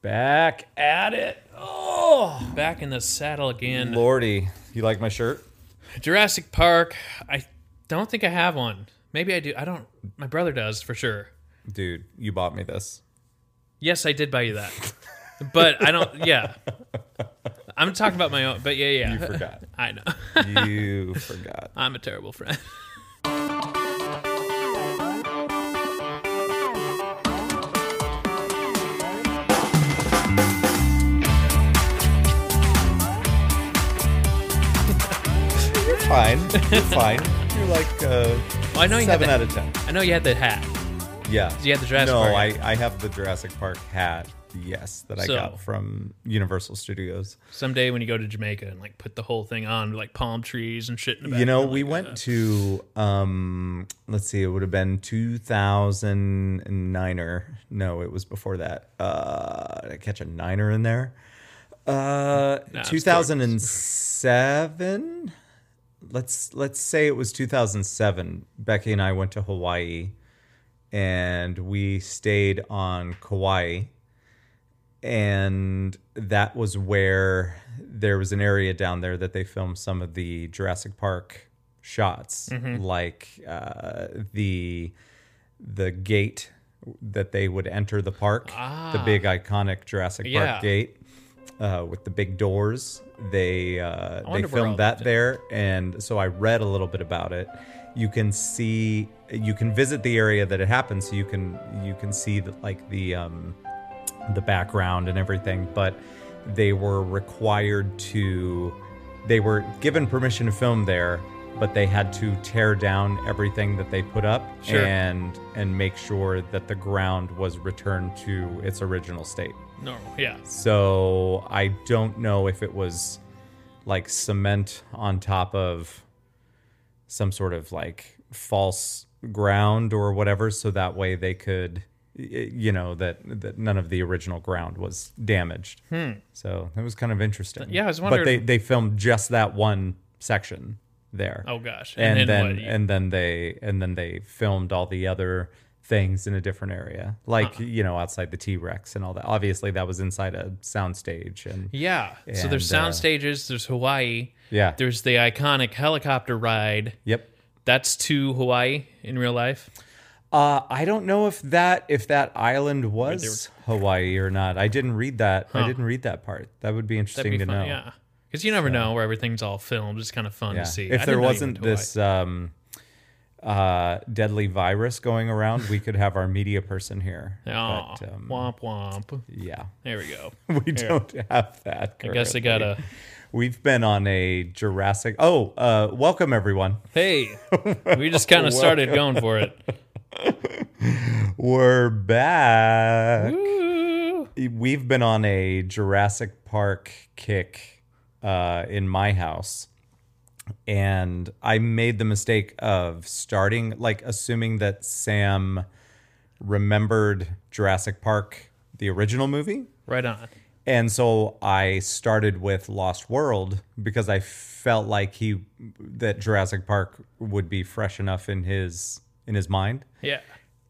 Back at it. Oh, Back in the saddle again. lordy. You like my shirt? Jurassic Park. I don't think I have one. Maybe I do. I don't. My brother does for sure. Dude, you bought me this. Yes, I did buy you that. But I don't. Yeah. I'm talking about my own. But yeah, yeah. You forgot. I know. You forgot. I'm a terrible friend. You're fine. You're fine. You're like uh, Well, I know you seven had out the, of ten. I know you had the hat. Yeah. you have the Jurassic no, Park I, I have the Jurassic Park hat. Yes, that I So- got from Universal Studios. Someday when you go to Jamaica and like put the whole thing on, like palm trees and shit. In the you know, background, we like, went uh, to um let's see, it would have been 2009 or no, it was before that. Uh did I catch a niner in there. Uh it's 2007. Let's let's say it was 2007. Becky and I went to Hawaii and we stayed on Kauai and that was where there was an area down there that they filmed some of the Jurassic Park shots, Mm-hmm. like uh, the the gate that they would enter the park, the big iconic Jurassic Ah. Yeah. Park gate uh, with the big doors. They uh, they wonder where all filmed that that there, and so I read a little bit about it. You can see, you can visit the area that it happened, so you can you can see that like the um, the background and everything, but they were required to they were given permission to film there, but they had to tear down everything that they put up Sure. and and make sure that the ground was returned to its original state. uh, normal. Yeah. So I don't know if it was like cement on top of some sort of like false ground or whatever, so that way they could, y- y- you know, that that none of the original ground was damaged. So that was kind of interesting. Hmm. Yeah, I was But they wondering- they filmed just that one section there. Oh gosh. And, then, what? and then they and then they filmed all the other things in a different area, like Uh-huh. you know outside the T Rex and all that. Obviously, that was inside a soundstage, and yeah. so there's and, sound uh, stages. There's Hawaii. yeah, There's the iconic helicopter ride. yep. That's to Hawaii in real life. Uh, I don't know if that if that island was Hawaii or not. I didn't read that. I didn't read that part. That would be interesting That'd to be fun. know. Yeah. Because you never know where everything's all filmed. It's kind of fun Yeah. to see. I If there didn't know you wasn't went to this um, uh, deadly virus going around, we could have our media person here. Hawaii. Oh, But, um, womp womp. yeah. There we go. We don't have that. I guess currently. I gotta. We've been on a Jurassic. Oh, uh, welcome everyone. Hey, we just kind of started going for it. We're back. Woo. We've been on a Jurassic Park kick uh, in my house, and I made the mistake of starting like assuming that Sam remembered Jurassic Park, the original movie, Right on. And so I started with Lost World because I felt like he that Jurassic Park would be fresh enough in his in his mind. Yeah.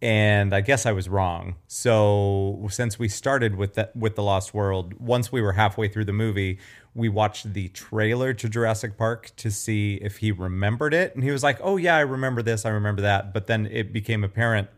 And I guess I was wrong. So since we started with that with The Lost World, once we were halfway through the movie, we watched the trailer to Jurassic Park to see if he remembered it and he was like, "Oh yeah, I remember this, I remember that." But then it became apparent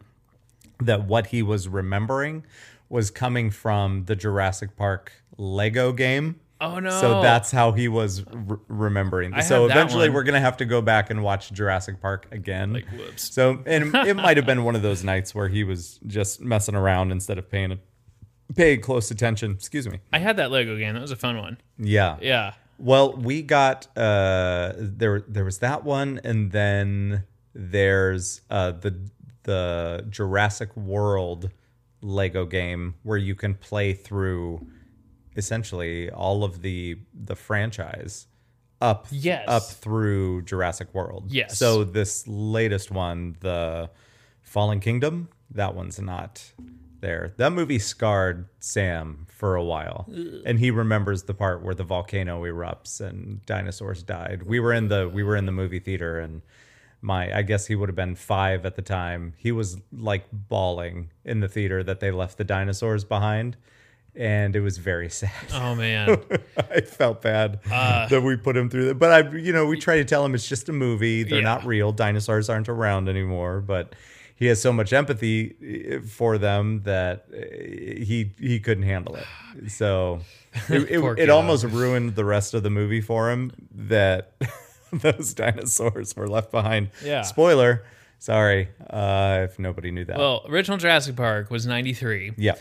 that what he was remembering was coming from the Jurassic Park Lego game. Oh no. So that's how he was r remembering. I so had that eventually, one. we're gonna have to go back and watch Jurassic Park again. Like, whoops. So and it might have been one of those nights where he was just messing around instead of paying paying close attention. Excuse me. I had that Lego game. That was a fun one. Yeah. Yeah. Well, we got uh, there. There was that one, and then there's uh, the the Jurassic World Lego game where you can play through essentially all of the the franchise up Yes. up through Jurassic World. Yes. So this latest one, the Fallen Kingdom, that one's not there. That movie scarred Sam for a while. And he remembers the part where the volcano erupts and dinosaurs died. We were in the we were in the movie theater and my I guess he would have been 5 at the time. He was like bawling in the theater that they left the dinosaurs behind. and it was very sad. Oh man. I felt bad Uh, that we put him through that. But I, you know, we try to tell him it's just a movie. They're Yeah. not real. Dinosaurs aren't around anymore. But he has so much empathy eh, for them that eh, he he couldn't handle it. so it, it, Poor it guy. almost ruined the rest of the movie for him that those dinosaurs were left behind. Yeah. Spoiler. Sorry uh, if nobody knew that. Well, original Jurassic Park was 93. yeah.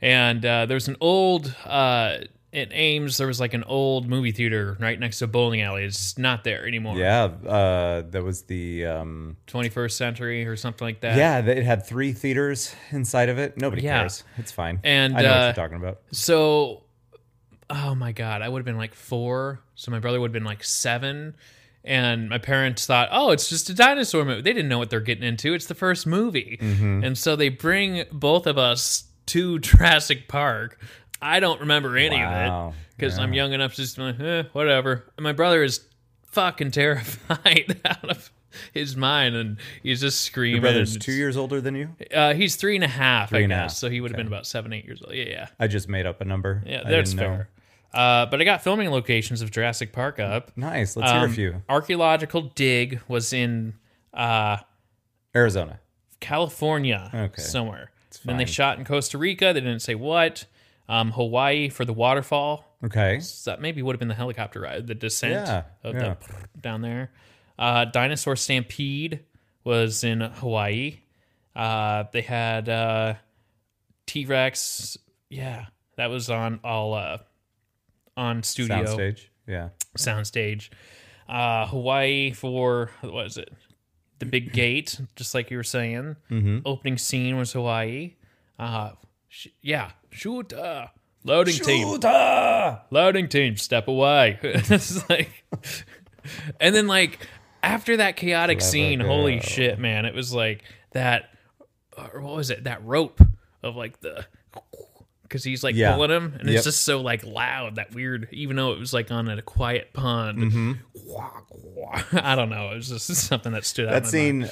and uh, there was an old uh, in Ames. There was like an old movie theater right next to a bowling alley. It's not there anymore. Yeah. Uh, that was the. Um, 21st century or something like that. Yeah, th- it had three theaters inside of it. Nobody Yeah. cares. It's fine. And, I know what uh, you're talking about. So, oh my god, I would have been like four. So my brother would have been like seven. And my parents thought, oh, it's just a dinosaur movie. They didn't know what they're getting into. It's the first movie. Mm-hmm. And so they bring both of us to Jurassic Park. I don't remember any of Wow. it because I'm young enough to just be like, eh, whatever. And my brother is fucking terrified out of his mind and he's just Your screaming. brother's and two years older than you. it's- Uh, he's three and a half, I and a guess. half. So he would have been about seven, eight years old. Yeah, yeah. I just made up a number. Yeah, I that's didn't know. fair. Uh, but I got filming locations of Jurassic Park up. Nice. Let's hear Um, a few. Archaeological dig was in uh, Arizona. California Okay. somewhere. Then they fine. shot in Costa Rica. They didn't say what. Um, Hawaii for the waterfall. Okay. So that maybe would have been the helicopter ride, the descent Yeah, of yeah. the down there. Uh, dinosaur stampede was in Hawaii. Uh, they had uh, T Rex. Yeah, that was on all uh, on studio Soundstage. Yeah. soundstage. Uh, Hawaii for what is it? The Big Gate, just like you were saying. Mm-hmm. Opening scene was Hawaii. Uh, sh- yeah, shoot. Uh, loading team, loading team, step away. it's like, and then like after that chaotic scene, holy girl. shit, man! It was like that. Uh, what was it? That rope of like the. Because he's like Yeah. pulling him, and Yep. it's just so like loud, that weird. Even though it was like on a quiet pond, I don't know. It was just something that stood out. in Mm-hmm. That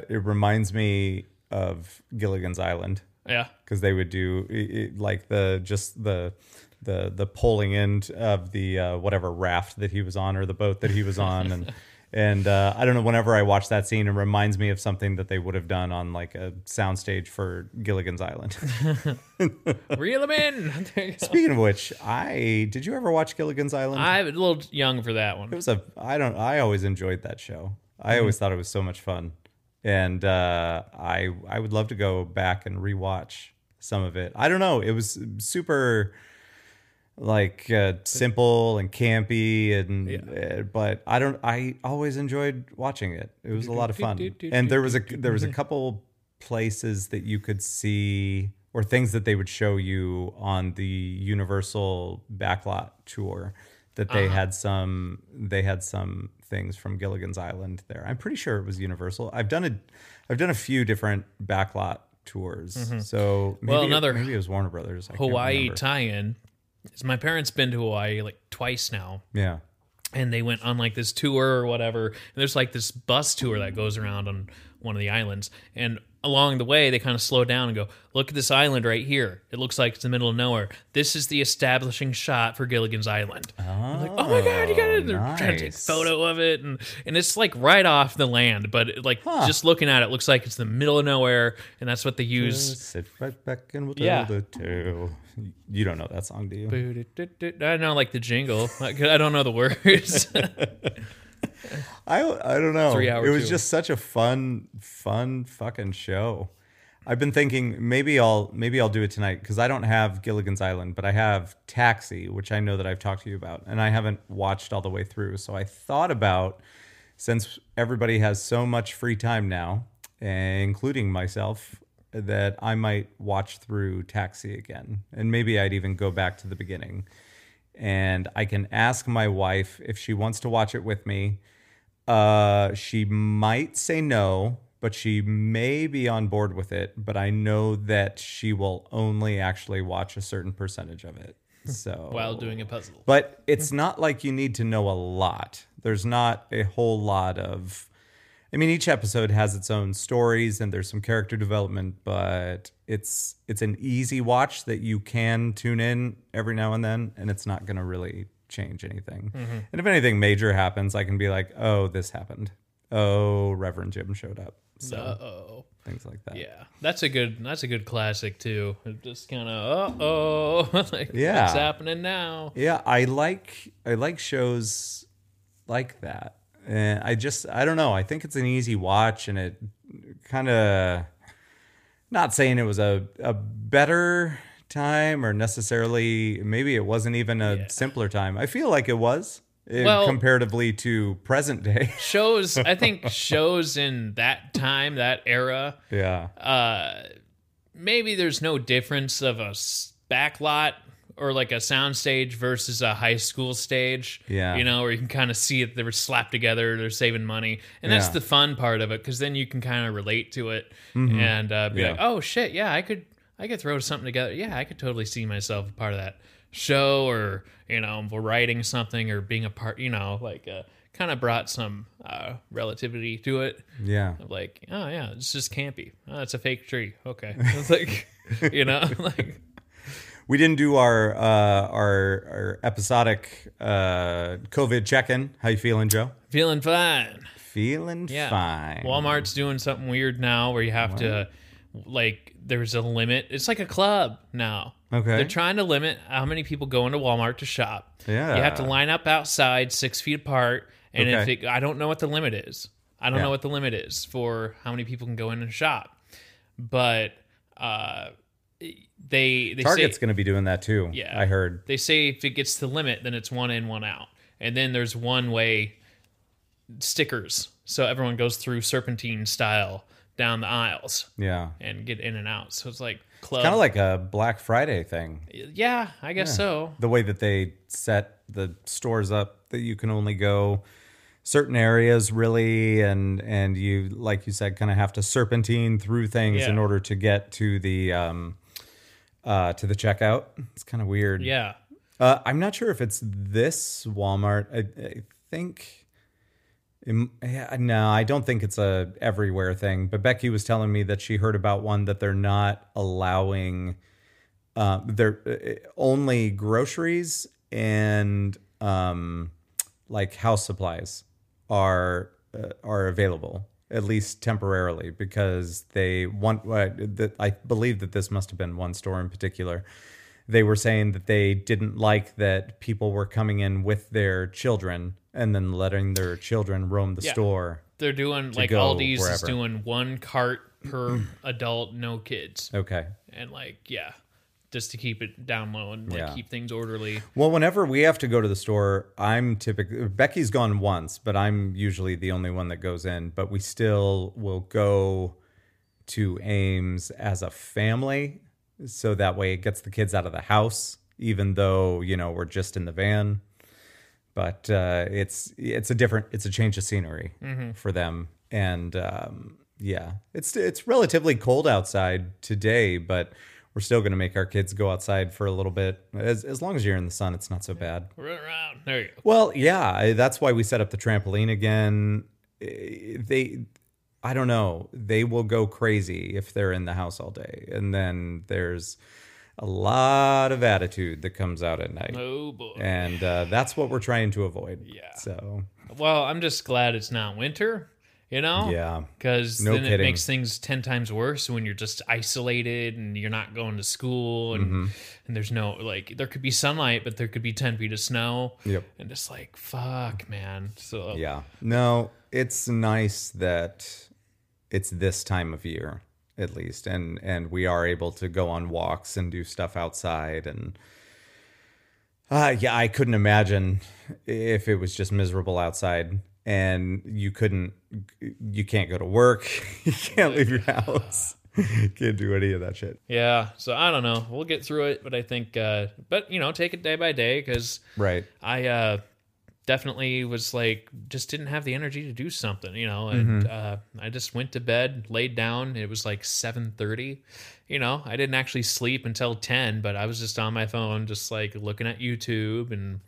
scene. Uh, it reminds me of Gilligan's Island mind. yeah, because they would do it, it- like the just the. The, the pulling end of the uh, whatever raft that he was on or the boat that he was on and and uh, I don't know whenever I watch that scene it reminds me of something that they would have done on like a soundstage for Gilligan's Island reel him in. There you go. Speaking of which, I did you ever watch Gilligan's Island? I'm a little young for that it one. was a I don't I always enjoyed that show. I always thought it was so much fun, and uh, I I would love to go back and rewatch some of it. I don't know. It was super like uh, simple and campy and uh, but I don't I always enjoyed watching it. It was a lot of fun. And there was a there was a couple places that you could see or things that they would show you on the Universal backlot tour that Uh-huh. they had some they had some things from Gilligan's Island there. I'm pretty sure it was Universal. I've done a I've done a few different backlot tours. So maybe, Mm-hmm. Well, another maybe it was Warner Brothers. I can't Hawaii remember. tie-in. Is my parents been to Hawaii like twice now? yeah. and they went on like this tour or whatever. And there's like this bus tour that goes around on one of the islands. And along the way, they kind of slow down and go, Look at this island right here. It looks like it's the middle of nowhere. This is the establishing shot for Gilligan's Island. I'm like, oh my God, you got it. They're trying to take a Ah, nice. photo of it. And, and it's like right off the land, but it, like just looking at it, looks like it's the middle of nowhere. And that's what they use. Sit right back and we'll tell Yeah. the tale. You don't know that song, do you? I know like the jingle. I I don't know the words. I I don't know. Three hour it was tour. just such a fun, fun fucking show. I've been thinking maybe I'll maybe I'll do it tonight because I don't have Gilligan's Island, but I have Taxi, which I know that I've talked to you about, and I haven't watched all the way through. So I thought about since everybody has so much free time now, including myself, that I might watch through Taxi again, and maybe I'd even go back to the beginning. And I can ask my wife if she wants to watch it with me. Uh, she might say no, but she may be on board with it. But I know that she will only actually watch a certain percentage of it. So while doing a puzzle. but it's not like you need to know a lot. There's not a whole lot of I mean, each episode has its own stories and there's some character development, but it's it's an easy watch that you can tune in every now and then, and it's not going to really change anything. And if anything major happens, I can be like, "Oh, this happened. Oh, Reverend Jim showed up." So Uh oh. things like that. Yeah, that's a good that's a good classic too. It just kind of uh oh, like Yeah. what's happening now? Yeah, I like I like shows like that. And I just I don't know. I think it's an easy watch, and it kind of not saying it was a a better time or necessarily maybe it wasn't even a simpler time. I feel like it was eh, Well- comparatively to present day. Shows I think shows in that time that era yeah, uh maybe there's no difference of a s- backlot or like a soundstage versus a high school stage. Yeah. You know, where you can kind of see it, they were slapped together, they're saving money. And that's Yeah. the fun part of it because then you can kind of relate to it and uh, be Mm-hmm. Yeah. like, oh shit, yeah, I could, I could throw something together. Yeah, I could totally see myself a part of that show or, you know, writing something or being a part, you know, like uh, kind of brought some uh, relativity to it yeah, of like, oh yeah, it's just campy. Oh, it's a fake tree. Okay, it's like, you know, like we didn't do our uh, our, our episodic uh, COVID check in. How you feeling, Joe? feeling fine. Feeling Yeah, fine. Walmart's doing something weird now where you have to, like, there's a limit. It's like a club now. Okay. They're trying to limit how many people go into Walmart to shop. You have to Yeah. line up outside six feet apart. And Okay. if it, I don't know what the limit is, I don't Yeah. know what the limit is for how many people can go in and shop. But uh, they they say, Target's going to be doing that too. Yeah. I heard. they say if it gets to the limit, then it's one in, one out. And then there's one way stickers. So everyone goes through serpentine style down the aisles Yeah, and get in and out. So it's like club. kind of like a Black Friday thing. yeah, I guess so. The way that they set the stores up that you can only go certain areas really and and you like you said kind of have to serpentine through things Yeah. in order to get to the um uh to the checkout. It's kind of weird. Yeah. Uh, I'm not sure if it's this Walmart. I, I think. Im- yeah, No, I don't think it's a everywhere thing. But Becky was telling me that she heard about one that they're not allowing. Uh, they're uh, only groceries and um, like house supplies are uh, are available at least temporarily because they want. Uh, the, I believe that this must have been one store in particular they were saying that they didn't like that people were coming in with their children and then letting their children roam the Yeah. store. They're doing like go Aldi's is wherever. doing one cart per adult, no kids. Okay. And like, yeah, just to keep it down low and like Yeah. keep things orderly. Well, whenever we have to go to the store, I'm typically Becky's gone once, but I'm usually the only one that goes in, but we still will go to Ames as a family so that way it gets the kids out of the house even though, you know, we're just in the van. But uh, it's it's a different it's a change of scenery Mm-hmm. for them and um, yeah, it's it's relatively cold outside today, but we're still going to make our kids go outside for a little bit. As as long as you're in the sun, it's not so bad. Run around. There you go. Well, yeah, I- that's why we set up the trampoline again. Eh, They, I don't know, they will go crazy if they're in the house all day, and then there's a lot of attitude that comes out at night, Oh boy. and uh, that's what we're trying to avoid. Yeah. So Well, I'm just glad it's not winter, you know? yeah, Because No then it kidding. makes things 10 times worse when you're just isolated and you're not going to school and, Mm-hmm. and there's no, like, there could be sunlight, but there could be 10 feet of snow. Yep. And just like, fuck, man. So, yeah. No, it's nice that it's this time of year at least, and and we are able to go on walks and do stuff outside and. Uh, yeah, I couldn't imagine if it was just miserable outside and you couldn't, you can't go to work, you can't leave your house, can't do any of that shit. yeah. So I don't know. We'll get through it, but I think, uh, but, you know, take it day by day because Right. I uh, definitely was like, just didn't have the energy to do something, you know. And uh, I just went to bed, laid down. It was like seven thirty, you know. I didn't actually sleep until ten, but I was just on my phone, just like looking at YouTube and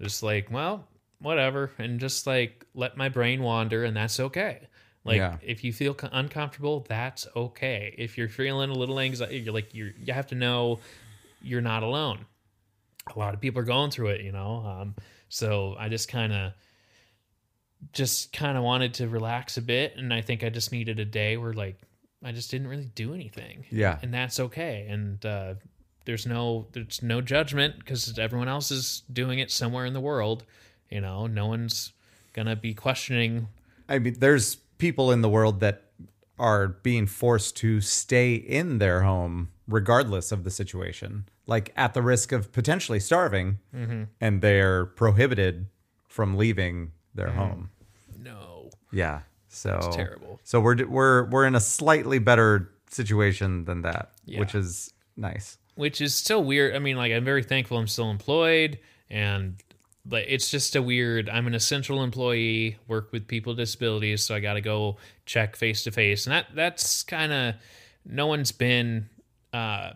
just like, well, whatever, and just like let my brain wander, and that's okay. Like Yeah. if you feel co- uncomfortable, that's okay. If you're feeling a little anxiety, you're like you you have to know you're not alone. A lot of people are going through it, you know. Um, so I just kind of just kind of wanted to relax a bit and I think I just needed a day where like I just didn't really do anything. Yeah. And that's okay. And uh there's no there's no judgment because everyone else is doing it somewhere in the world. You know, no one's gonna be questioning. I mean, there's people in the world that are being forced to stay in their home regardless of the situation, like at the risk of potentially starving, Mm-hmm. and they're prohibited from leaving their Mm-hmm. home. No, Yeah, so terrible. So we're we're we're in a slightly better situation than that, which is nice. which is still weird. I mean, like I'm very thankful I'm still employed, and like it's just a weird. I'm an essential employee, work with people with disabilities, so I got to go check face to face, and that that's kind of no one's been, uh,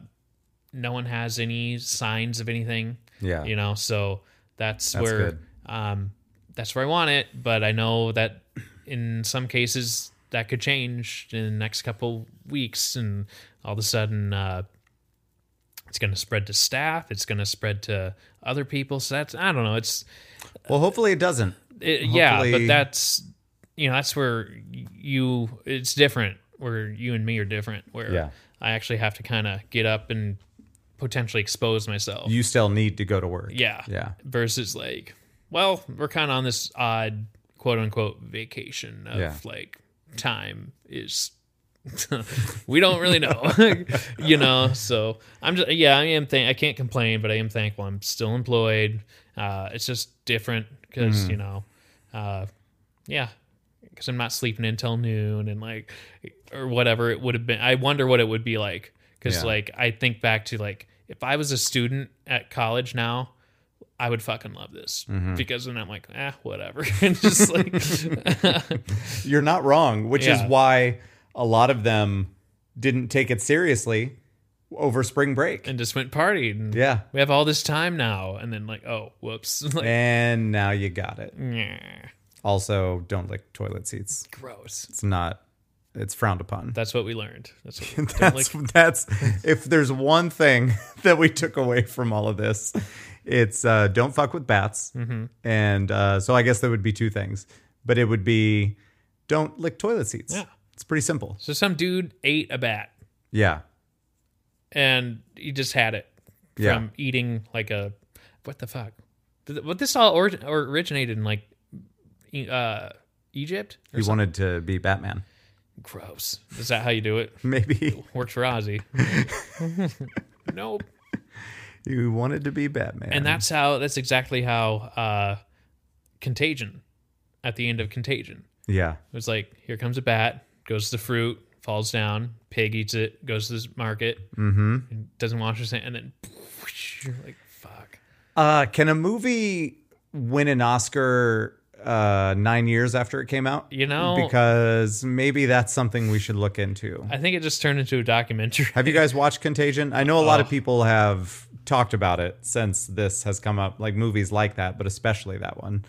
no one has any signs of anything. Yeah. you know, so that's, where good. um that's where I want it, but I know that in some cases that could change in the next couple weeks and all of a sudden uh it's going to spread to staff it's going to spread to other people so that's i don't know it's Well, hopefully it doesn't. it, yeah but Hopefully- that's you know that's where you it's different where you and me are different where Yeah. i actually have to kind of get up and potentially expose myself You still need to go to work. yeah Yeah. versus like well we're kind of on this odd quote unquote vacation of Yeah. like time is we don't really know you know so i'm just yeah i am thank i can't complain but i am thankful i'm still employed uh it's just different because you know uh yeah because i'm not sleeping until noon and like or whatever it would have been i wonder what it would be like because Yeah. like i think back to like if i was a student at college now i would fucking love this Mm-hmm. because then i'm like ah whatever and just like You're not wrong, which Yeah. is why a lot of them didn't take it seriously over spring break. and just went partied and yeah. we have all this time now and then like oh whoops like And now you got it. yeah Also, don't lick toilet seats. gross It's not it's frowned upon. that's what we learned that's what That's don't that's if there's one thing that we took away from all of this, it's uh, don't fuck with bats. Mm-hmm. And uh, so I guess there would be two things, but it would be don't lick toilet seats. Yeah. It's pretty simple. so some dude ate a bat Yeah. and he just had it from Yeah. eating like a what the fuck? Did- What this all or, or originated in like E- uh, Egypt? He wanted to be Batman. Gross. Is that how you do it? Maybe Worked for Ozzy. nope. you wanted to be Batman. And that's how. That's exactly how uh, Contagion. At the end of Contagion, yeah. It was like, here comes a bat, goes to the fruit, falls down, pig eats it, goes to the market, mm-hmm. doesn't wash his hand, and then you're like, fuck. Uh, can a movie win an Oscar uh, nine years after it came out? You know- because maybe that's something we should look into. I think it just turned into a documentary. have you guys watched Contagion? I know a lot Oh. of people have talked about it since this has come up, like movies like that, but especially that one.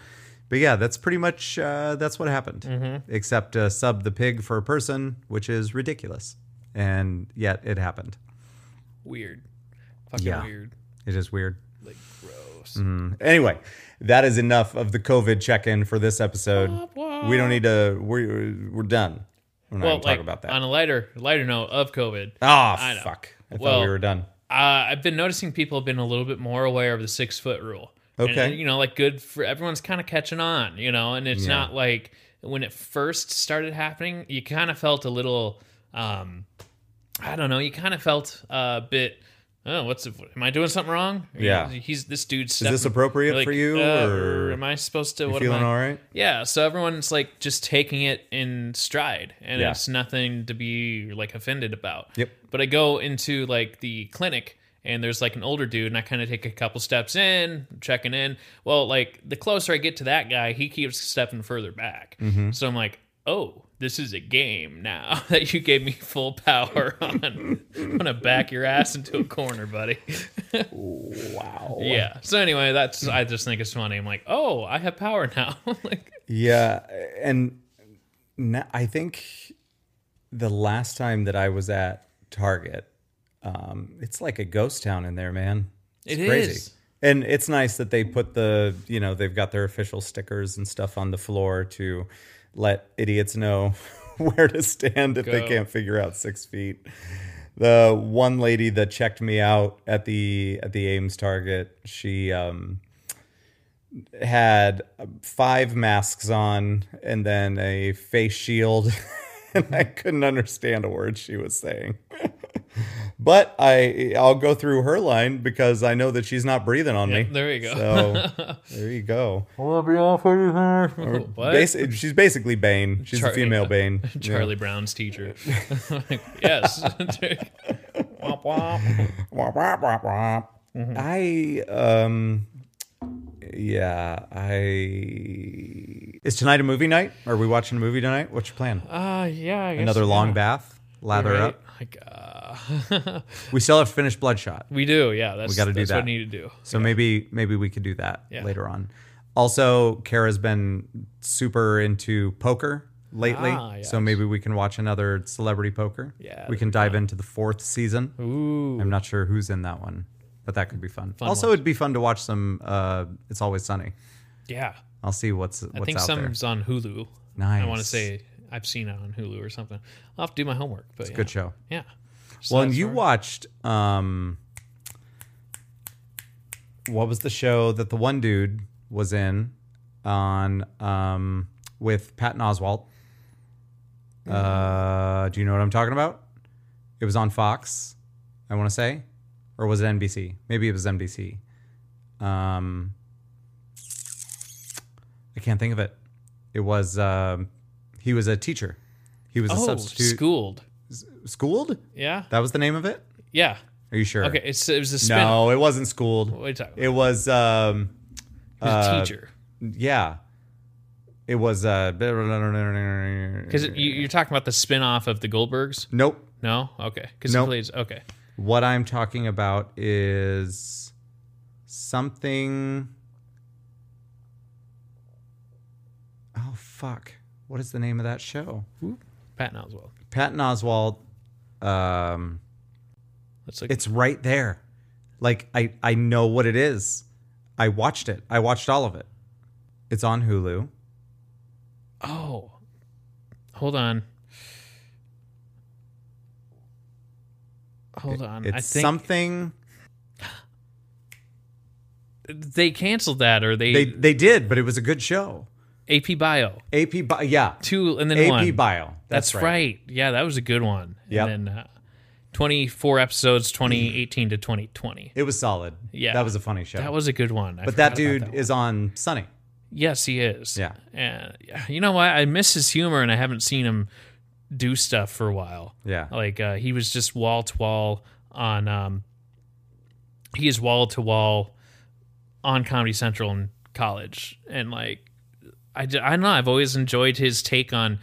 But yeah, that's pretty much uh, that's what happened. Mm-hmm. Except uh, sub the pig for a person, which is ridiculous, and yet it happened. weird. Fucking Yeah. Mm-hmm. weird. It is weird. Like gross. Anyway, that is enough of the COVID check-in for this episode. We don't need to. We're we're done. We're not Well, gonna like, talk about On that. a lighter lighter note of COVID, uh, Ah, I know. fuck. I thought Well- we were done. I've been noticing people have been a little bit more aware of the six foot rule. And, Okay. you know, like good for everyone's kind of catching on, you know, and it's not like when it first started happening, you kind of felt a little, um, I don't know, you kind of felt a bit. Oh, what's am I doing something wrong? You Yeah. know, he's this dude's. uh, Is this appropriate for you, or am I supposed to? what am Feeling I, all right? Yeah, so everyone's like just taking it in stride and Yeah. it's nothing to be like offended about. Yep. But I go into like the clinic and there's like an older dude and I kind of take a couple steps in, checking in. Well, like the closer I get to that guy, he keeps stepping further back. Mm-hmm. So I'm like, "Oh, this is a game now that you gave me full power on. I'm going to back your ass into a corner, buddy." Wow. yeah. So anyway, that's I just think it's funny. I'm like, "Oh, I have power now." like Yeah, and No, I think the last time that I was at Target, um, it's like a ghost town in there, man. It's It crazy. is. And it's nice that they put the, you know, they've got their official stickers and stuff on the floor to let idiots know where to stand if they Go. can't figure out six feet. The one lady that checked me out at the at the Ames Target, she um, had five masks on and then a face shield and I couldn't understand a word she was saying. but I I'll go through her line because I know that she's not breathing on me. There you go. So there you go. I'll be off over there. What? Basi- she's basically Bane. She's a Char- female yeah. Bane. Charlie Brown's teacher. Uh, yes. Womp womp. Womp, womp, womp, womp. I um yeah, I Is tonight a movie night? Are we watching a movie tonight? What's your plan? Ah, yeah. I guess, Another long yeah. bath? Lather Right? up. Like, uh, We still have to finish Bloodshot. we do. Yeah. That's, gotta do that's that. what I need to do. So maybe maybe we could do that Yeah. later on. Also, Kara's been super into poker lately, Ah, so maybe we can watch another celebrity poker. Yeah, we that'd can dive into the fourth season. Ooh. I'm not sure who's in that one, but that could be fun. also, it'd be fun to watch some. Uh, it's always sunny. Yeah. I'll see what's I what's think out there. some's on Hulu. Nice. I want to say I've seen it on Hulu or something. I'll have to do my homework. But yeah. good show. Yeah. So Well, and that's you where- watched um, what was the show that the one dude was in on um with Patton Oswalt? Uh, do you know what I'm talking about? It was on Fox, I want to say, or was it NBC? Maybe it was NBC. Um, I can't think of it. It was um, he was a teacher. He was a oh, substitute. Schooled. schooled? Yeah. That was the name of it. Yeah. Are you sure? Okay. It's, it was a spin. No, it wasn't schooled. What are you talking about? It was um He was uh, a teacher. yeah. It was uh Because you, you're talking about the spin off of the Goldbergs? Nope. No? Okay. Because Nope. he plays. Okay. What I'm talking about is something Oh fuck. What is the name of that show? Patton Oswald. Patton Oswald um That's like, it's right there. Like I I know what it is. I watched it. I watched all of it. It's on Hulu. oh. Hold on. Hold on. It's Mm-hmm. I think something they canceled that or they, they they did, but it was a good show. AP Bio. AP Bio, yeah, Two and then AP one. Bio. That's, right. Yeah, that was a good one. Yep. And then uh, 24 episodes, 2018 to 2020. It was solid. Yeah. that was a funny show. That was a good one. I but that forgot dude about one. is on Sunny. Yes, he is. Yeah. And yeah, you know what? I miss his humor and I haven't seen him do stuff for a while. Yeah, Like uh, he was just wall to wall on um he is wall to wall on Comedy Central in college and like I, d- I don't know I've always enjoyed his take on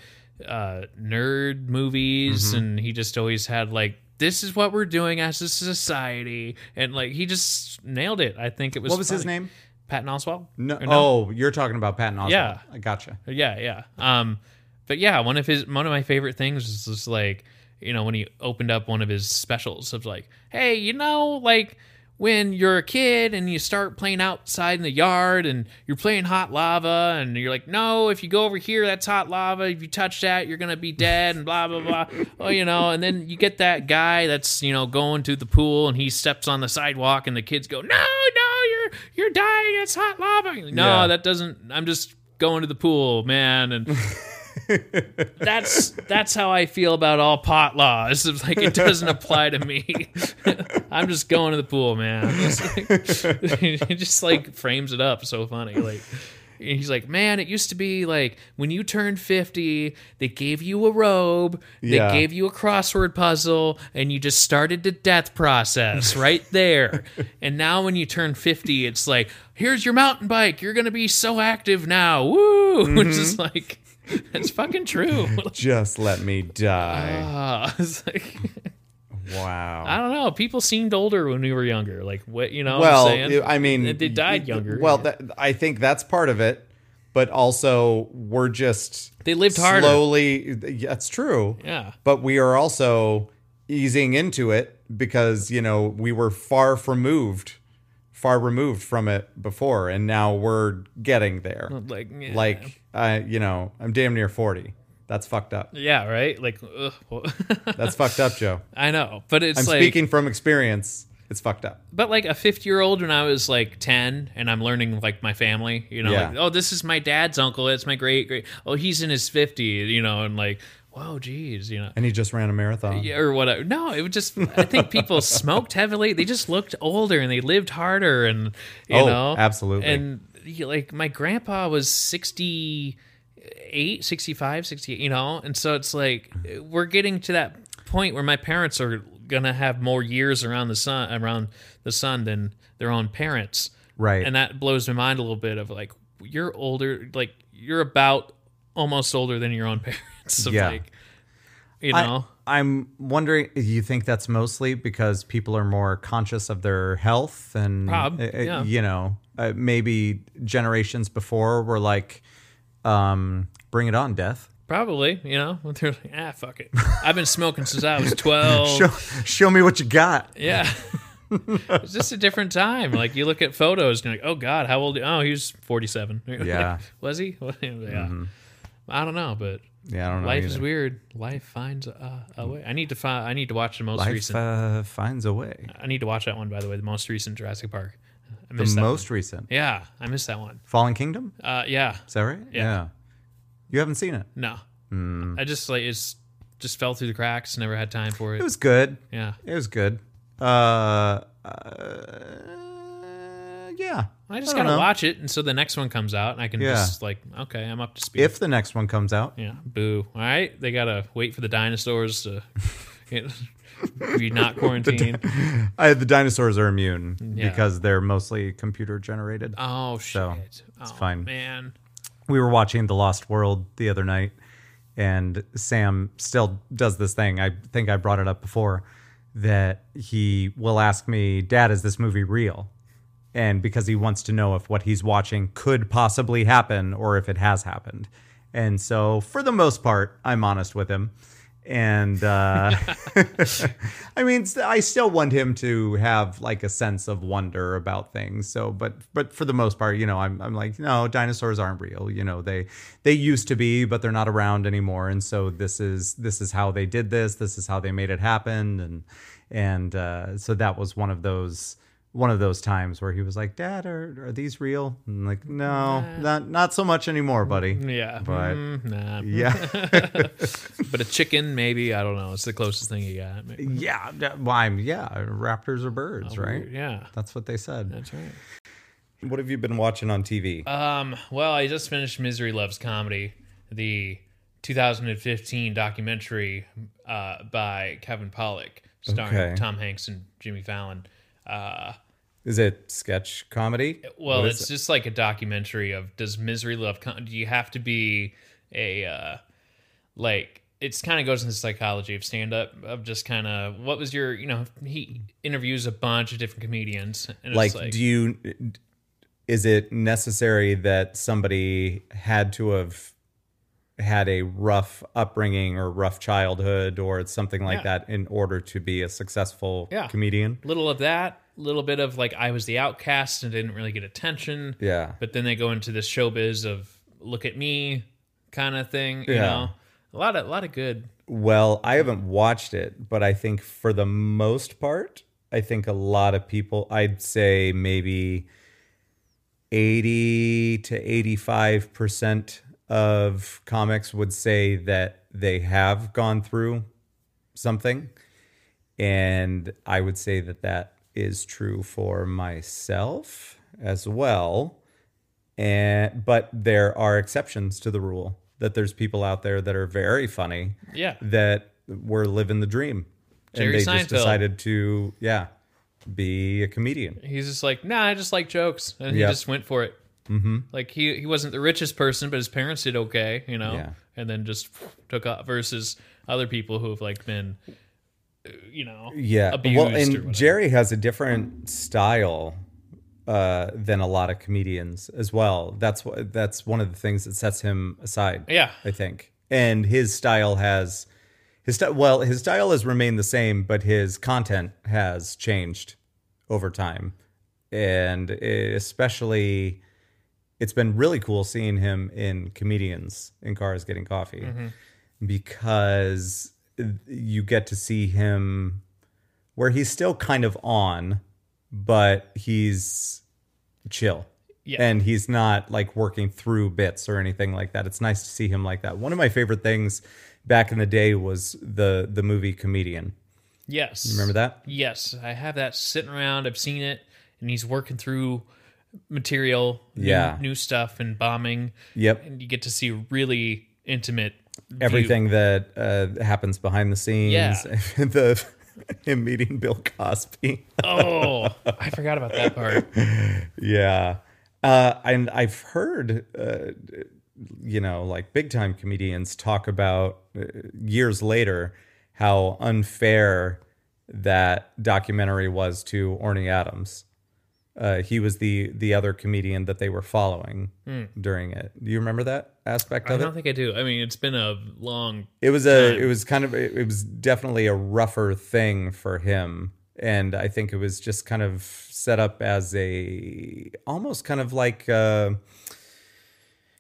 uh nerd movies Mm-hmm. and he just always had like this is what we're doing as a society and like he just nailed it I think it was what was his funny. name? Patton Oswald No, Or no? oh, you're talking about Patton Oswalt. Yeah. I gotcha. Yeah, yeah. Um, but yeah, one of his one of my favorite things is just like you know when he opened up one of his specials of like, hey, you know, like when you're a kid and you start playing outside in the yard and you're playing hot lava and you're like, no, if you go over here, that's hot lava. If you touch that, you're gonna be dead and blah blah blah. oh, you know, and then you get that guy that's you know going to the pool and he steps on the sidewalk and the kids go, no, no, you're you're dying. It's hot lava. You're like, no, Yeah. that doesn't. I'm just going to the pool, man, and that's that's how I feel about all pot laws. It's like it doesn't apply to me. I'm just going to the pool, man. It's like- He just like frames it up so funny. Like he's like, man, it used to be like when you turned 50, they gave you a robe, they Yeah. gave you a crossword puzzle, and you just started the death process right there. and now when you turn 50, it's like, here's your mountain bike. You're gonna be so active now. Woo! Mm-hmm. just like. It's fucking true. Just let me die. Ah, it's like, I wow. don't Uh, know. People seemed older when we were younger. Like what you know? Well, what I'm saying? I mean, They- they died younger. Well, that, I think that's part of it. but also we're just They lived harder. slowly. That's true. Yeah. But we are also easing into it because you know we were far removed, far removed from it before, and now we're getting there. Like, yeah. Like I, you know, I'm damn near forty. That's fucked up. yeah, right? Like, ugh, well, That's fucked up, Joe. I know, but it's I'm like, speaking from experience. It's fucked up. but like a 50 year old when I was like 10 and I'm learning like my family, you know, Yeah. like, oh, this is my dad's uncle. It's my great, great, oh, he's in his 50, you know, and like, whoa, geez, you know. And he just ran a marathon. Yeah, or whatever. No, it was just. I think people smoked heavily. They just looked older and they lived harder, and you Oh, know, absolutely. And he- like my grandpa was 68, 65, 68, You know, and so it's like we're getting to that point where my parents are gonna have more years around the sun around the sun than their own parents, Right. and that blows my mind a little bit. Of like, you're older, like you're about almost older than your own parents. Of Yeah. like, you know. I, am wondering, you think that's mostly because people are more conscious of their health and, Prob- uh, uh, yeah. you know, uh, maybe generations before were like, um, bring it on, death. Probably, you know, when they're like, ah, fuck it. I've been smoking since I was 12. Show, show me what you got. Yeah. it's just a different time. Like, you look at photos and you're like, oh, God, how old? Oh, he was 47. Yeah. was he? yeah. I don't know, but Yeah, I don't know. life is either. weird. Life finds a, a way. I need to find, I need to watch the most Life recent. uh, finds a way. I need to watch that one, by the way, the most recent Jurassic Park. I The missed that most recent. one. Yeah, I missed that one. Fallen Kingdom? Uh, yeah, Is that right? Yeah. You haven't seen it. no. Hmm. I just, like, it's just fell through the cracks, never had time for It it. was good. Yeah. It was good. Uh, uh yeah. I just don't gotta know. watch it, and so the next one comes out, and I can Yeah. just like, okay, I'm up to speed. If the next one comes out, yeah, boo. All right, they gotta wait for the dinosaurs to be not quarantined. I, the dinosaurs are immune Yeah. because they're mostly computer generated. oh shit! So, it's fine. man. We were watching The Lost World the other night, and Sam still does this thing. I think I brought it up before that he will ask me, Dad, is this movie real? And because he wants to know if what he's watching could possibly happen or if it has happened. And so, for the most part, I'm honest with him. And uh, I mean, s- I still want him to have like a sense of wonder about things. So, but but for the most part, you know, I'm I'm like, no, dinosaurs aren't real. You know, they they used to be, but they're not around anymore. And so this is this is how they did this. This is how they made it happen. And and uh, so that was one of those one of those times where he was like, Dad, are are these real? And I'm like, no, not not so much anymore, Mm. buddy. Yeah, But- Mm, nah. Yeah. But a chicken, maybe I don't know. It's the closest thing you got. Maybe. Yeah, d- well, I'm, yeah. Raptors are birds, Oh, right? Yeah, That's what they said. that's right. What have you been watching on TV? Um, well, I just finished Misery Loves Comedy, the 2015 documentary uh, by Kevin Pollak, starring Okay. Tom Hanks and Jimmy Fallon. Uh, Is it sketch comedy? well, What it's is just like a documentary of does misery love? Com- do you have to be a uh, like? It's kind of goes into the psychology of stand up of just kind of what was your you know he interviews a bunch of different comedians and it? it's like, do you? Is it necessary that somebody had to have had a rough upbringing or rough childhood or something like Yeah. that in order to be a successful Yeah. comedian? little of that, little bit of like I was the outcast and didn't really get attention. Yeah. But then they go into this showbiz of look at me kind of thing. You Yeah. know, a lot of a lot of good. Well, I haven't watched it, but I think for the most part, I think a lot of people, I'd say maybe 80 to 85% of comics would say that they have gone through something. And I would say that that is true for myself as well and but there are exceptions to the rule that there's people out there that are very funny Yeah. that were living the dream Jerry and they Seinfeld. just decided to yeah be a comedian He's just like, nah, I just like jokes, and he Yeah. just went for it. Mm-hmm. Like he he wasn't the richest person, but his parents did okay. You know, Yeah. and then just took off versus other people who have like been, uh, you know, yeah abused. well or and whatever. jerry has a different style uh, than a lot of comedians as well. That's what that's one of the things that sets him aside. Yeah. I think, and his style has his style. Well, his style has remained the same, but his content has changed over time, and it- especially. It's been really cool seeing him in comedians in cars getting coffee because you get to see him where he's still kind of on, but he's chill. Yeah. And he's not like working through bits or anything like that. It's nice to see him like that. One of my favorite things back in the day was the the movie Comedian. Yes. Remember that? Yes, I have that sitting around. I've seen it, and he's working through material, new- Yeah. new, stuff, and bombing, Yep. and you get to see really intimate view. Everything that uh, happens behind the scenes. Yeah. the him meeting Bill Cosby. Oh, I forgot about that part. Yeah. Uh, and I've heard, uh, you know, like big time comedians talk about uh, years later how unfair that documentary was to Orny Adams. Uh, he was the the other comedian that they were following during it. Do you remember that aspect I of it? don't think I do. I mean, it's been a long. It was a it was kind of it it was definitely a rougher thing for him and I think it was just kind of set up as a almost kind of like uh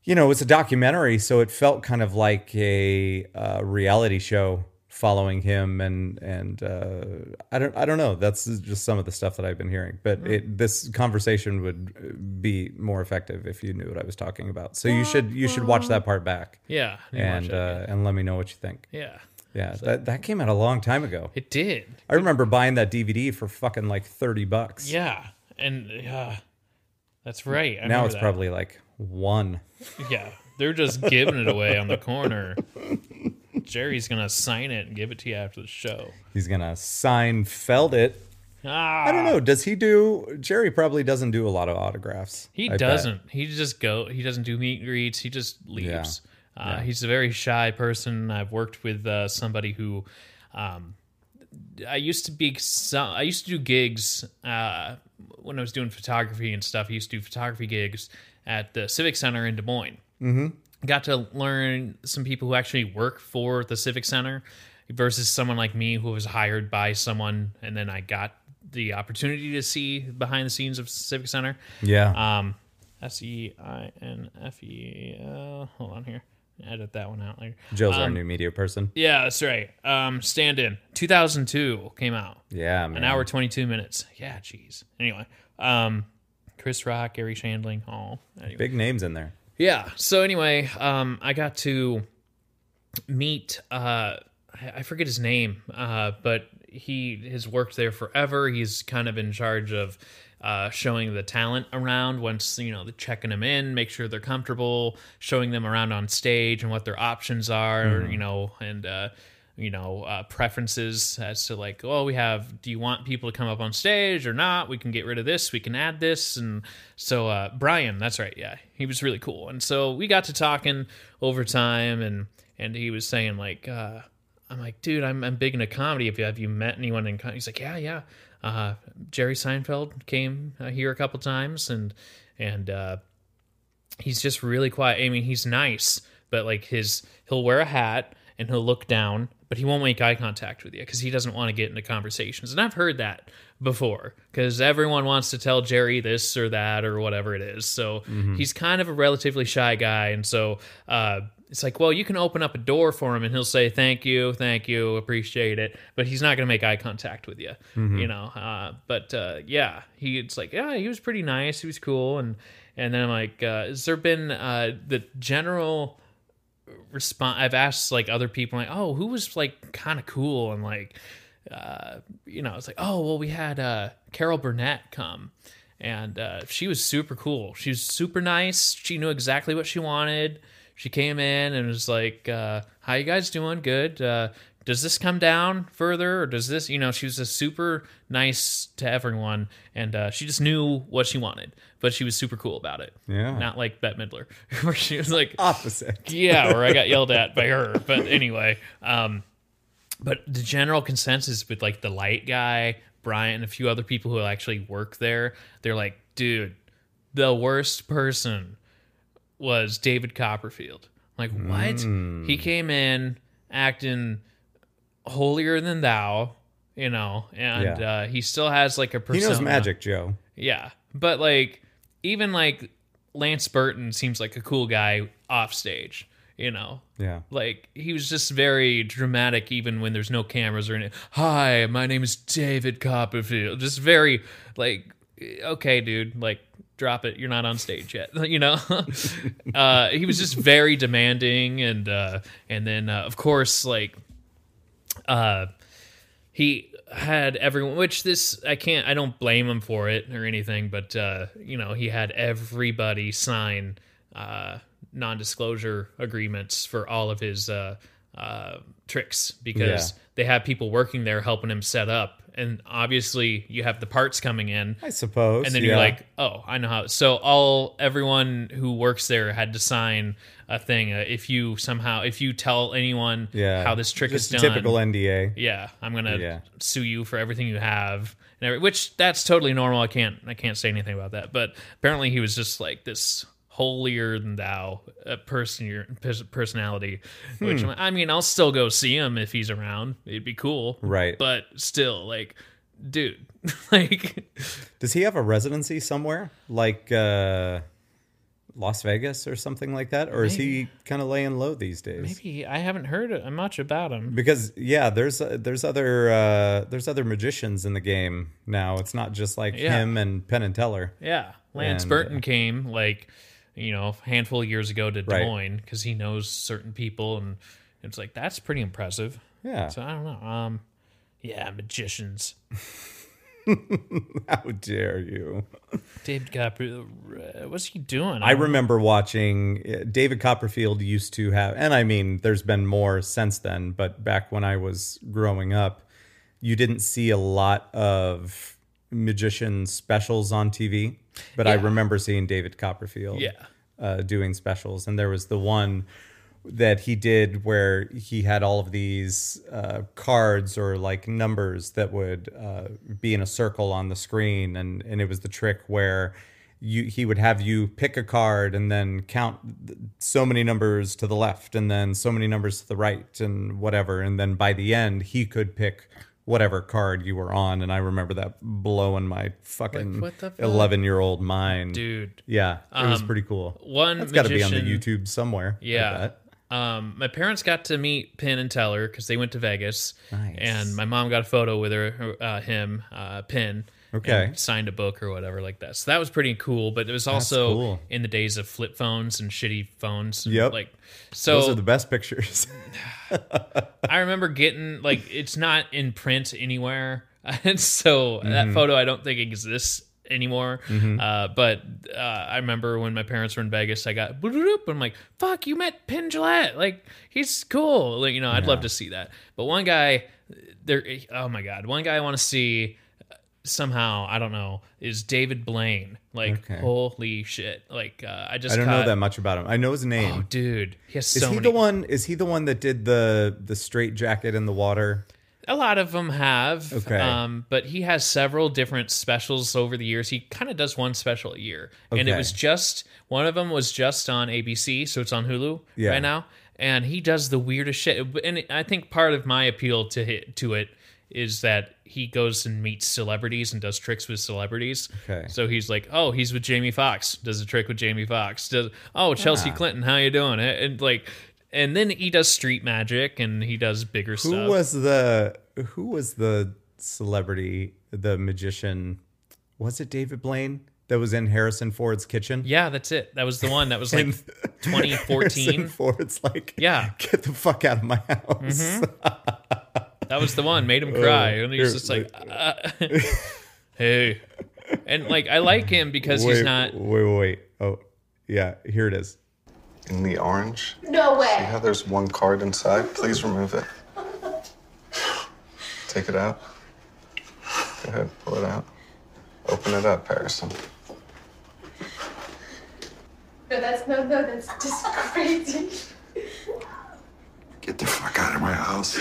you know, it's a documentary so it felt kind of like a uh, reality show following him and and uh I don't I don't know that's just some of the stuff that I've been hearing but Hmm. it this conversation would uh, be more effective if you knew what I was talking about so you should you should watch that part back Yeah, I didn't watch and it. uh, and let me know what you think. yeah, Yeah, that, that came out a long time ago. it did. I remember buying that DVD for fucking like thirty bucks. Yeah, and uh, that's right. now I remember it's that. probably like one. yeah. They're just giving it away on the corner. Jerry's gonna sign it and give it to you after the show. He's gonna sign felled it. Ah, I don't know. Does he do? Jerry probably doesn't do a lot of autographs. He I bet. doesn't. He just go. He doesn't do meet and greets. He just leaves. Uh, He's a very shy person. I've worked with uh, somebody who, um, I used to be. Some, I used to do gigs uh, when I was doing photography and stuff. I used to do photography gigs at the Civic Center in Des Moines. Mm-hmm. Got to learn some people who actually work for the Civic Center versus someone like me who was hired by someone, and then I got the opportunity to see behind the scenes of Civic Center. Yeah. Um, S E I N F E. uh, Hold on here. Edit that one out later. Joe's um, our new media person. Yeah, that's right. Um, Stand In, 2002 came out. Yeah, man. An hour 22 minutes. Yeah, jeez. Anyway, um, Chris Rock, Gary Shandling, all. Anyway. Big names in there. Yeah. So anyway, um, I got to meet uh, I I forget his name, uh, but he has worked there forever. He's kind of in charge of uh, showing the talent around once you know they're checking them in, make sure they're comfortable, showing them around on stage and what their options are, you know, and uh, you know uh, preferences as to like, oh, we have, do you want people to come up on stage or not? We can get rid of this, we can add this, and so uh, Brian, that's right, yeah, he was really cool, and so we got to talking over time and and he was saying like uh i'm like dude i'm, I'm big into comedy have you, have you met anyone in comedy he's like yeah yeah uh jerry seinfeld came uh, here a couple times and and uh he's just really quiet i mean he's nice but like his he'll wear a hat and he'll look down but he won't make eye contact with you because he doesn't want to get into conversations and i've heard that before because everyone wants to tell jerry this or that or whatever it is so he's kind of a relatively shy guy and so uh, it's like well you can open up a door for him and he'll say thank you thank you appreciate it but he's not going to make eye contact with you you know uh, but uh, yeah he it's like yeah he was pretty nice he was cool and and then i'm like uh, has there been uh, the general respond i've asked like other people like oh who was like kind of cool and like uh you know it's like oh well we had uh carol burnett come and uh she was super cool she was super nice she knew exactly what she wanted she came in and was like uh how you guys doing good uh does this come down further or does this you know she was just super nice to everyone and uh, she just knew what she wanted but she was super cool about it Yeah. not like bette midler where she was like Opposite. yeah, or I got yelled at by her. But anyway, um, but the general consensus with like the light guy, Brian, and a few other people who actually work there, they're like, dude, the worst person was David Copperfield. Like, what? Hmm. He came in acting holier than thou, you know, and Yeah. uh, he still has like a He persona. knows magic, Joe. Yeah. But like even like Lance Burton seems like a cool guy off stage, you know. Yeah. Like he was just very dramatic even when there's no cameras or anything. Hi, my name is David Copperfield. Just very like okay, dude, like drop it. You're not on stage yet, you know. uh he was just very demanding and uh and then uh, of course like uh he had everyone which this i can't i don't blame him for it or anything but uh you know he had everybody sign uh non-disclosure agreements for all of his uh uh tricks because Yeah. they have people working there helping him set up and obviously you have the parts coming in I suppose. and then yeah. you're like, oh, I know how. So all everyone who works there had to sign a thing. Uh, if you somehow, if you tell anyone yeah. how this trick Just is done, Typical NDA. yeah, I'm gonna Yeah. sue you for everything you have, and every, which that's totally normal. I can't, I can't say anything about that. But apparently, he was just like this holier than thou uh, person, your pers- personality. Which Hmm. I'm like, I mean, I'll still go see him if he's around. It'd be cool, Right. But still, like, dude, like. Does he have a residency somewhere, like uh, Las Vegas or something like that, or is he kind of laying low these days? Maybe I haven't heard uh, much about him. Because yeah, there's uh, there's other uh, there's other magicians in the game now. It's not just like Yeah. him and Penn and Teller. Yeah, Lance And, Burton came like you know a handful of years ago to Right. Des Moines because he knows certain people, and it's like that's pretty impressive. Yeah. So I don't know. Um, yeah, magicians. How dare you? David Copper, uh, what's he doing? I remember watching uh, David Copperfield used to have, and I mean, there's been more since then, but back when I was growing up, you didn't see a lot of magician specials on TV, but I Yeah. remember seeing David Copperfield Yeah. uh, doing specials. And there was the one that he did where he had all of these uh, cards or like numbers that would uh, be in a circle on the screen, and and it was the trick where you he would have you pick a card and then count th- so many numbers to the left and then so many numbers to the right and whatever, and then by the end he could pick whatever card you were on and i remember that blowing my fucking what the fuck? 11 year old mind dude. yeah, it was pretty cool. Um, One That's got to be on the magician- YouTube somewhere. I Yeah. bet. Um, my parents got to meet Penn and Teller because they went to Vegas, Nice. and my mom got a photo with her, uh, him, uh, Penn. Okay. and signed a book or whatever like that. So that was pretty cool. But it was also cool. in the days of flip phones and shitty phones. And Yep. Like so, Those are the best pictures. I remember getting like it's not in print anywhere, and so Mm-hmm. that photo I don't think exists anymore. Uh, but uh, I remember when my parents were in Vegas, I got boop, and I'm like, "Fuck, you met Penn Gillette? Like he's cool. Like you know, I'd love to see that." But one guy, there, oh my god, one guy I want to see uh, somehow I don't know is David Blaine. Like Okay. holy shit! Like uh, I just I don't know caught- that much about him. I know his Oh, name. dude, he has is so he many. the one? Is he the one that did the the straight jacket in the water? A lot of them have. Okay. Um, but he has several different specials over the years. He kind of does one special a year. And it Okay. was just one of them was just on ABC, so it's on Hulu Yeah. right now. And he does the weirdest shit. And I think part of my appeal to hit, to it is that he goes and meets celebrities and does tricks with celebrities. Okay. So he's like, "Oh, he's with Jamie Foxx. Does a trick with Jamie Foxx. Does Oh, Ah. Chelsea Clinton, how you doing?" And like and then he does street magic and he does bigger Who stuff. was the Who was the celebrity? The magician? Was it David Blaine that was in Harrison Ford's kitchen? Yeah, that's it. That was the one. That was like 2014. Harrison Ford's like, Yeah. Mm-hmm. get the fuck out of my house. That was the one. Made him cry, Oh, and he's just like, uh, "Hey," and like I like him because wait, he's not. Wait, wait, wait. Oh, yeah. Here it is. In the orange? No way. Yeah, there's one card inside. Please remove it. Take it out. Go ahead, pull it out. Open it up, Harrison. No, that's no, no, that's just crazy. Get the fuck out of my house.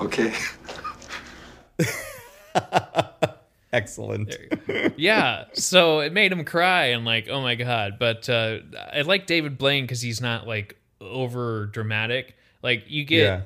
okay. Excellent. yeah so it made him cry and like oh my god but uh i like david blaine because he's not like over dramatic like you get yeah.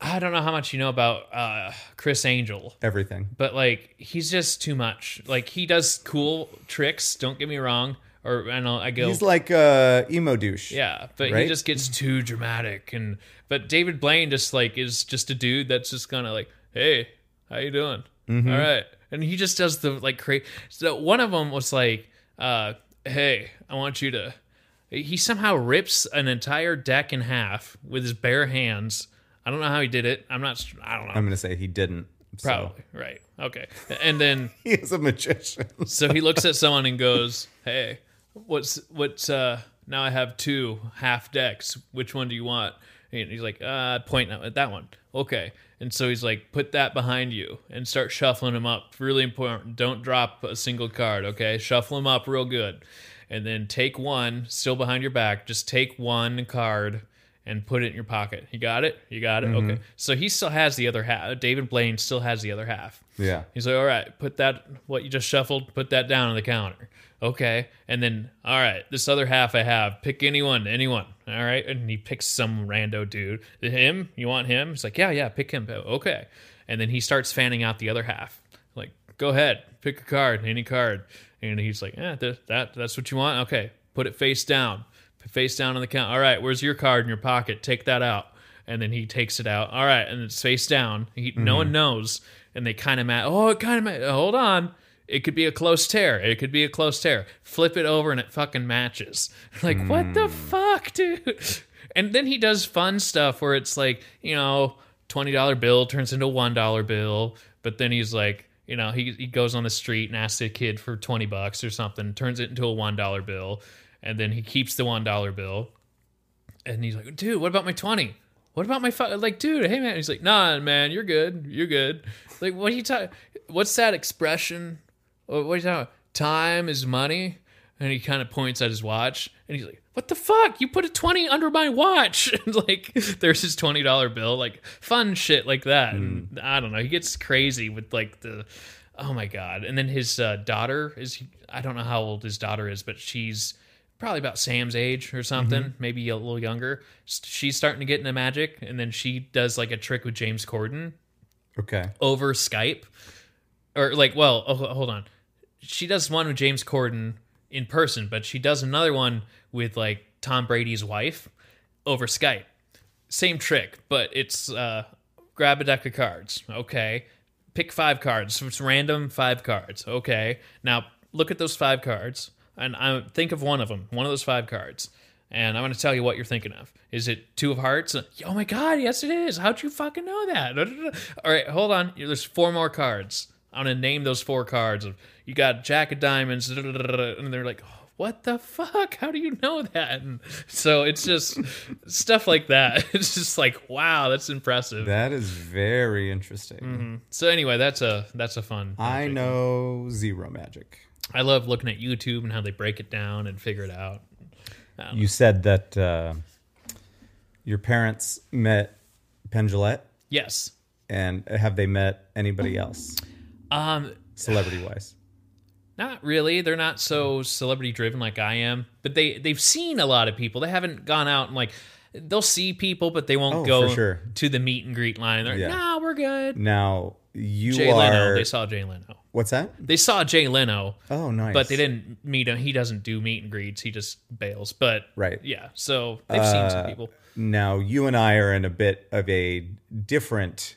i don't know how much you know about uh chris angel Everything. but like he's just too much like he does cool tricks don't get me wrong or i know i go He's like a emo douche. yeah but he Right? Mm-hmm. just gets too dramatic and but david blaine just like is just a dude that's just kind of like hey how you doing Mm-hmm. All right and he just does the like cra so one of them was like uh hey i want you to he somehow rips an entire deck in half with his bare hands i don't know how he did it i'm not i don't know I'm gonna say he didn't. so. probably right okay and then He is a magician. so he looks at someone and goes, "Hey, what's what's uh now I have two half decks. Which one do you want?" And he's like, "Uh, point out at that one." Okay. And so he's like, "Put that behind you and start shuffling them up. Really important. Don't drop a single card, okay? Shuffle them up real good." And then take one, still behind your back, just take one card and put it in your pocket. You got it? You got it? Okay. So he still has the other half. David Blaine still has the other half. Yeah. He's like, all right, put that, what you just shuffled, put that down on the counter. Okay. And then, all right, this other half I have, pick anyone, anyone. All right. And he picks some rando dude. Him? You want him? He's like, yeah, yeah, pick him. Okay. And then he starts fanning out the other half. Like, go ahead, pick a card, any card. And he's like, eh, that, that, that's what you want? Okay. Put it face down, face down on the counter. All right, where's your card in your pocket? Take that out and then he takes it out. All right, and it's face down. He, No one knows, and they kind of mat. Oh, it kind of mat. Hold on, it could be a close tear. It could be a close tear. Flip it over, and it fucking matches. Like what the fuck, dude? And then he does fun stuff where it's like you know twenty dollar bill turns into one dollar bill, but then he's like. You know, he, he goes on the street and asks a kid for 20 bucks or something, turns it into a $1 bill, and then he keeps the $1 bill and he's like, dude, what about my 20? What about my fi-? like, dude? Hey man, he's like, nah, man, you're good, you're good. Like, what are you talking? What's that expression? What what are you talking? About? Time is money. And he kind of points at his watch, and he's like, "What the fuck? You put a twenty under my watch!" And like, there's his twenty dollar bill, like fun shit like that. And I don't know. He gets crazy with like the, oh my god. And then his uh, daughter is, I don't know how old his daughter is, but she's probably about Sam's age or something, maybe a little younger. S- She's starting to get into magic, and then she does like a trick with James Corden Okay. over Skype, or like, well, oh, hold on, she does one with James Corden in person, but she does another one with like Tom Brady's wife over Skype. Same trick, but it's uh, grab a deck of cards. Okay, pick five cards. It's random five cards. Okay, now look at those five cards, and I think of one of them, one of those five cards. And I'm going to tell you what you're thinking of. Is it two of hearts? Oh my God, yes, it is. How'd you fucking know that? All right, hold on. There's four more cards. I'm going to name those four cards. You got Jack of Diamonds, and they're like, "Oh, what the fuck? How do you know that? And so it's just stuff like that. It's just like, wow, that's impressive. That is very interesting. so anyway, that's a that's a fun. I know zero magic. I love looking at YouTube and how they break it down and figure it out. You said that uh, your parents met Pendulette, Yes. and have they met anybody Oh. else, Um, celebrity wise? Not really. They're not so celebrity driven like I am, but they they've seen a lot of people. They haven't gone out and like they'll see people, but they won't Oh, go for sure. to the meet and greet line. They're like, Yeah. nah, we're good. Now you Jay Leno. are. They saw Jay Leno. What's that? They saw Jay Leno, Oh, nice. but they didn't meet him. He doesn't do meet and greets. He just bails. But Right. Uh, yeah. So they've seen some people. Now you and I are in a bit of a different.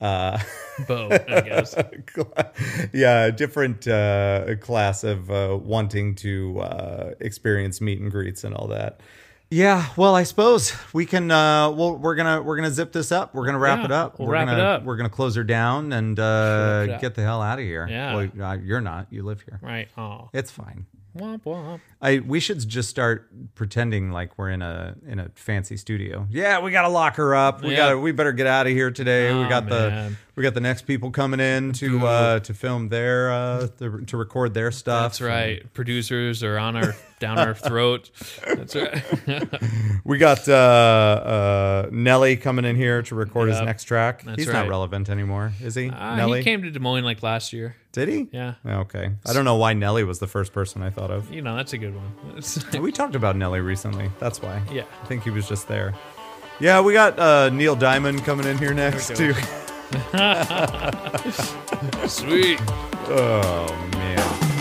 Uh, Bo, I guess. Cla- yeah, different uh, class of uh, wanting to uh, experience meet and greets and all that. Yeah, well, I suppose we can. Uh, well, we're gonna we're gonna zip this up. We're gonna wrap Yeah, it up. we'll are wrap it gonna up. we're gonna close her down and uh, it up. get the hell out of here. Yeah. well, uh, you're not. You live here. right. Oh. It's fine. Womp womp. I we should just start pretending like we're in a in a fancy studio. Yeah, we gotta lock her up. We Yeah. gotta we better get out of here today. we Oh, got the man. We got the next people coming in to uh, to film their uh, the, to record their stuff. That's right. Producers are on our down our throat. That's right. We got uh, uh, Nelly coming in here to record his Yep. next track. That's He's not right. relevant anymore, is he? Uh, Nelly he came to Des Moines like last year. did he? Yeah. Okay. I don't know why Nelly was the first person I thought of. You know, that's a good one. It's- We talked about Nelly recently. That's why. Yeah. I think he was just there. Yeah, we got uh, Neil Diamond coming in here next go. too. Sweet. Oh man.